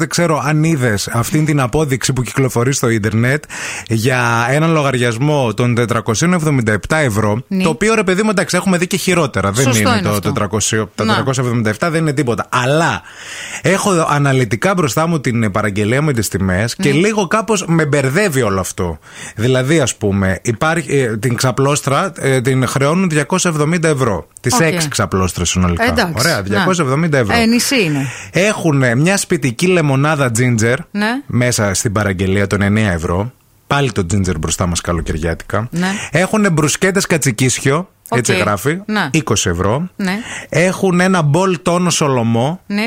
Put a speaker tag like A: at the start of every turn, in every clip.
A: Δεν ξέρω αν είδες αυτήν την απόδειξη που κυκλοφορεί στο ίντερνετ για έναν λογαριασμό των 477 ευρώ.
B: Ναι.
A: Το οποίο ρε παιδί μου, εντάξει, έχουμε δει και χειρότερα. Δεν
B: Σωστό
A: είναι,
B: είναι
A: το
B: αυτό.
A: 400, τα
B: Να.
A: 477, δεν είναι τίποτα. Αλλά έχω εδώ αναλυτικά μπροστά μου την ε, παραγγελία με τις τιμές και
B: Ναι.
A: λίγο κάπως με μπερδεύει όλο αυτό. Δηλαδή, ας πούμε, υπάρχει, ε, την ξαπλώστρα ε, την χρεώνουν 270 ευρώ. Τις
B: Οκ.
A: 6 ξαπλώστρες συνολικά.
B: Εντάξει.
A: Ωραία,
B: Να.
A: 270 ευρώ.
B: Ε, νησί είναι.
A: Έχουν μια σπιτική λεμονάδα ginger
B: Ναι.
A: μέσα στην παραγγελία των 9 ευρώ. Πάλι το ginger μπροστά μας καλοκαιριάτικα.
B: Ναι.
A: Έχουν μπρουσκέτες κατσικίσιο.
B: Οκ.
A: Έτσι γράφει.
B: Ναι.
A: 20 ευρώ.
B: Ναι.
A: Έχουν ένα μπολ τόνο σολομό.
B: Ναι.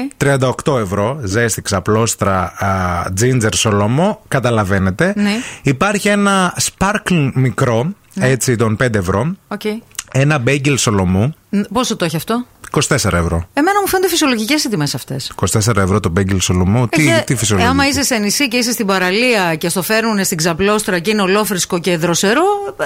A: 38 ευρώ. Ζέστη, ξαπλώστρα, α, ginger σολομό. Καταλαβαίνετε.
B: Ναι.
A: Υπάρχει ένα sparkling μικρό. Έτσι των 5 ευρώ.
B: Οκ.
A: Ένα μπέγγελ σολομού.
B: Ν- Πόσο το έχει αυτό.
A: 24 ευρώ.
B: Εμένα μου φαίνονται φυσιολογικές οι τιμές αυτές.
A: 24 ευρώ το μπέγγελ σολομού. Τι, τι φυσιολογικό.
B: Ε, Άμα είσαι σε νησί και είσαι στην παραλία και στο φέρνουν στην ξαπλώστρα και είναι ολόφρισκο και δροσερό,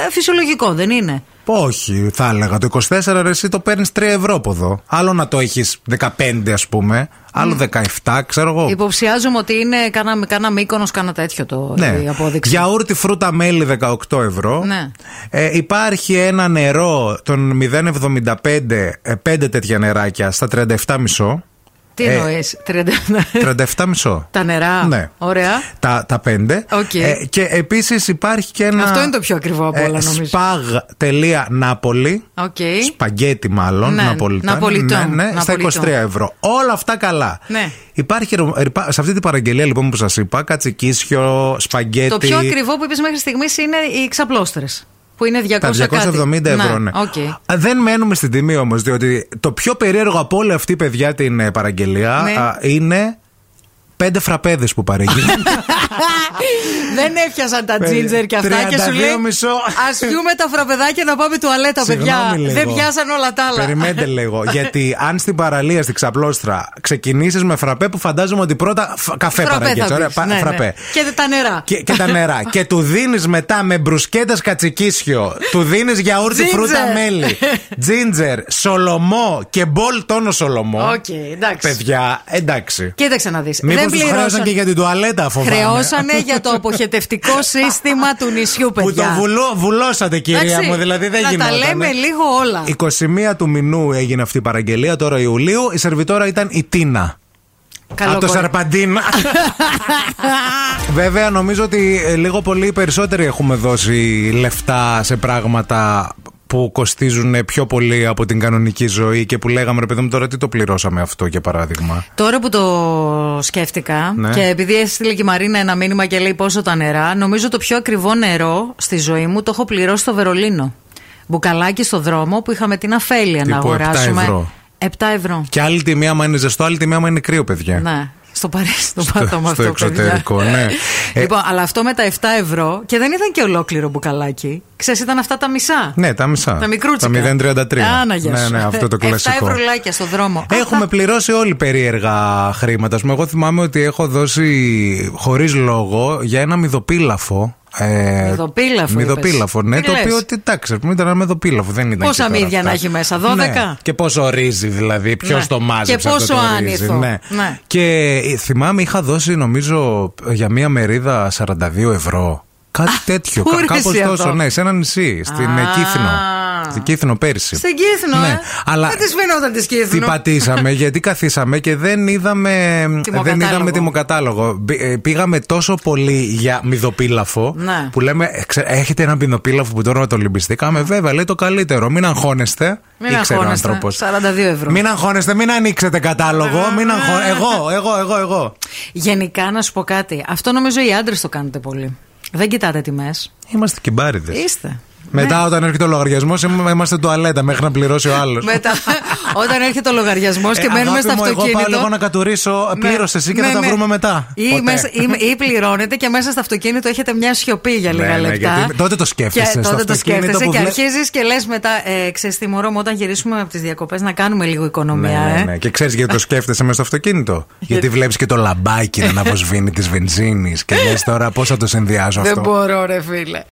B: ε, φυσιολογικό δεν είναι.
A: Όχι, θα έλεγα. Το 24 ρε, εσύ το παίρνεις 3 ευρώ από εδώ. Άλλο να το έχεις 15, ας πούμε.
B: Ναι.
A: Άλλο 17, ξέρω εγώ.
B: Υποψιάζομαι ότι είναι κάνα, κάνα μήκονος, κάνα τέτοιο το η απόδειξη.
A: Γιαούρτι Ναι. φρούτα μέλι 18 ευρώ.
B: Ναι.
A: Ε, υπάρχει ένα νερό των 0,75, 5 ε, τέτοια νεράκια στα 37,5.
B: Τι
A: Ε,
B: εννοείς, Ε.
A: 37,5.
B: Τα νερά.
A: Ναι.
B: Ωραία.
A: Τα, τα πέντε. Ε,
B: Οκ.
A: και επίσης υπάρχει και ένα.
B: Αυτό είναι το πιο ακριβό
A: ε,
B: από όλα, νομίζω.
A: Σπαγ.νάπολη.
B: Οκ.
A: Σπαγκέτι, μάλλον.
B: Ναι,
A: Ναπολιτάνη,
B: Ναπολιτών,
A: Ναι, ναι, στα 23
B: Ναπολιτών.
A: ευρώ. Όλα αυτά καλά.
B: Ναι.
A: Υπάρχει ρου- ρυπα- σε αυτή την παραγγελία λοιπόν που σας είπα, κατσικίσιο, σπαγκέτι.
B: Το πιο ακριβό που είπες μέχρι στιγμής είναι οι ξαπλώστρες. Που είναι 200
A: Τα 270
B: κάτι.
A: ευρώ, ναι.
B: οκ.
A: Α, Δεν μένουμε στην τιμή όμως, διότι το πιο περίεργο από όλη αυτή, παιδιά, την ε, παραγγελία
B: Ναι.
A: α, είναι πέντε φραπέδες που παρήγγειλαν.
B: Δεν έφιασαν τα
A: Παιδιά,
B: τζίντζερ και αυτά και σου
A: 32,5.
B: λέει. Ας πιούμε τα φραπεδάκια να πάμε τουαλέτα, παιδιά.
A: Συγγνώμη
B: Δεν
A: λίγο.
B: πιάσαν όλα τα άλλα.
A: Περιμένετε λίγο. γιατί αν στην παραλία, στην ξαπλώστρα, ξεκινήσεις με φραπέ που φαντάζομαι ότι πρώτα φ- καφέ
B: Φραπέ
A: παραγγέλνει.
B: θα
A: Ωραία,
B: πεις.
A: πα-
B: Ναι, ναι.
A: φραπέ.
B: Και τα νερά.
A: Και, και τα νερά. και του δίνεις μετά με μπρουσκέτες κατσικίσιο, του δίνεις γιαούρτι
B: Ginger.
A: φρούτα μέλι, τζίντζερ, σολομό και μπολ τόνο σολομό.
B: Οκ, εντάξει.
A: Παιδιά, εντάξει.
B: Κοίταξε να δεις.
A: Μήπω του χρέωσαν και για την τουαλέτα, φοβάμαι.
B: Χρεώσανε για το αποχετευτικό σύστημα του νησιού, παιδιά.
A: Που το βουλώ, βουλώσατε, κυρία
B: Εντάξει,
A: μου, δηλαδή δεν
B: να
A: γινόταν.
B: τα λέμε λίγο όλα.
A: 21 του μηνού έγινε αυτή η παραγγελία, τώρα Ιουλίου. Η σερβιτόρα ήταν η Τίνα.
B: Καλό
A: από το
B: κορίτσι.
A: Σαρπαντίνα. Βέβαια, νομίζω ότι ε, λίγο πολύ περισσότεροι έχουμε δώσει λεφτά σε πράγματα που κοστίζουν πιο πολύ από την κανονική ζωή και που λέγαμε ρε παιδί μου τώρα τι το πληρώσαμε αυτό για παράδειγμα.
B: Τώρα που το σκέφτηκα
A: Ναι.
B: και επειδή έστειλε και η Μαρίνα ένα μήνυμα και λέει πόσο τα νερά, νομίζω το πιο ακριβό νερό στη ζωή μου το έχω πληρώσει στο Βερολίνο. Μπουκαλάκι στο δρόμο που είχαμε την αφέλεια να
A: Τύπου 7
B: αγοράσουμε.
A: ευρώ.
B: 7 ευρώ.
A: Και άλλη τη μία μα είναι ζεστό, άλλη τη μία μα είναι κρύο, παιδιά.
B: Ναι. Στο Παρίσι, στο, πάτωμα
A: Ε. στο
B: αυτό. παιδιά.
A: εξωτερικό, ναι. Ε,
B: λοιπόν, αλλά αυτό με τα 7 ευρώ και δεν ήταν και ολόκληρο μπουκαλάκι. Ξέρεις, ήταν αυτά τα μισά.
A: Ναι, τα μισά.
B: Τα μικρούτσικα.
A: Τα 0,33.
B: Άνα, γεια
A: ναι,
B: σου.
A: ναι, αυτό το
B: Εφτά
A: κλασικό.
B: ευρωλάκια στο δρόμο.
A: Έχουμε
B: Αυτά.
A: πληρώσει όλοι περίεργα χρήματα. Ας πούμε, εγώ θυμάμαι ότι έχω δώσει χωρίς λόγο για ένα μυδοπίλαφο. Ε,
B: Μυδοπίλαφο
A: μυδοπίλαφο,
B: είπες.
A: ναι.
B: Τι
A: το
B: λες?
A: οποίο ότι εντάξει, ας πούμε, ήταν ένα μυδοπίλαφο. Δεν ήταν
B: Πόσα
A: και τώρα
B: μύδια
A: αυτά.
B: να έχει μέσα, 12?
A: Ναι. Και πόσο ρύζι δηλαδή, ποιος
B: Ναι.
A: το μάζεψε.
B: Και
A: αυτό
B: πόσο
A: το ρύζι,
B: άνηθο.
A: Ναι.
B: Ναι.
A: Και ε, θυμάμαι, είχα δώσει νομίζω για μία μερίδα 42 ευρώ. Κάτι τέτοιο.
B: πού
A: κα-
B: ρε
A: κάπως
B: εσύ
A: τόσο,
B: αυτό?
A: ναι, σε ένα νησί, στην
B: Α.
A: ε, Κύθνο. Στην Κύθνο πέρυσι.
B: Στην Κύθνο,
A: Ναι.
B: ε.
A: Αλλά
B: Δεν τη φαινόταν τη Κύθνο.
A: τι πατήσαμε, γιατί καθίσαμε και δεν είδαμε, δεν
B: Τιμοκατάλογο.
A: είδαμε τιμοκατάλογο. Μπ- ε, Πήγαμε τόσο πολύ για μυδοπίλαφο
B: Ναι.
A: που λέμε, «Ε, ξε- έχετε ένα μυδοπίλαφο που τώρα το λυμπιστήκαμε. Βέβαια, λέει το καλύτερο. Μην αγχώνεστε.
B: Μην
A: Ήξερε ο
B: αγχώνεστε.
A: άνθρωπος.
B: 42 ευρώ.
A: Μην αγχώνεστε, μην ανοίξετε κατάλογο. μην αγχω- Εγώ, εγώ, εγώ, εγώ.
B: Γενικά να σου πω κάτι. Αυτό νομίζω οι άντρες το κάνετε πολύ. Δεν κοιτάτε τιμές.
A: Είμαστε κυμπάριδες.
B: Είστε.
A: Μετά,
B: Ναι.
A: όταν έρχεται ο λογαριασμός, είμαστε τουαλέτα μέχρι να πληρώσει ο άλλος.
B: Μετά, όταν έρχεται ο λογαριασμός και μένουμε στα
A: Ε, Εγώ πάω
B: αυτοκίνητο.
A: λίγο να κατουρίσω.
B: Ναι.
A: Πλήρωσε εσύ και
B: Ναι,
A: θα
B: ναι.
A: τα βρούμε μετά.
B: Ή,
A: Ποτέ.
B: μέσα, ή, ή πληρώνετε και μέσα στο αυτοκίνητο έχετε μια σιωπή για λίγα
A: Ναι, ναι,
B: λεπτά.
A: γιατί τότε το σκέφτεσαι
B: Και
A: στο
B: τότε το
A: αυτοκίνητο
B: σκέφτεσαι
A: που
B: και
A: βλέ-
B: αρχίζεις και λες μετά. Ε, ξέρεις τι, μωρό μου, όταν γυρίσουμε από τις διακοπές να κάνουμε λίγο
A: Ναι,
B: οικονομία.
A: ναι,
B: ε.
A: ναι. Και ξέρεις γιατί το σκέφτεσαι μέσα στο αυτοκίνητο. γιατί βλέπεις και το λαμπάκι να αναβοσβήνει τη βενζίνη και λες τώρα πώς θα το συνδυάζω αυτό.
B: Δεν μπορώ, ρε φίλε.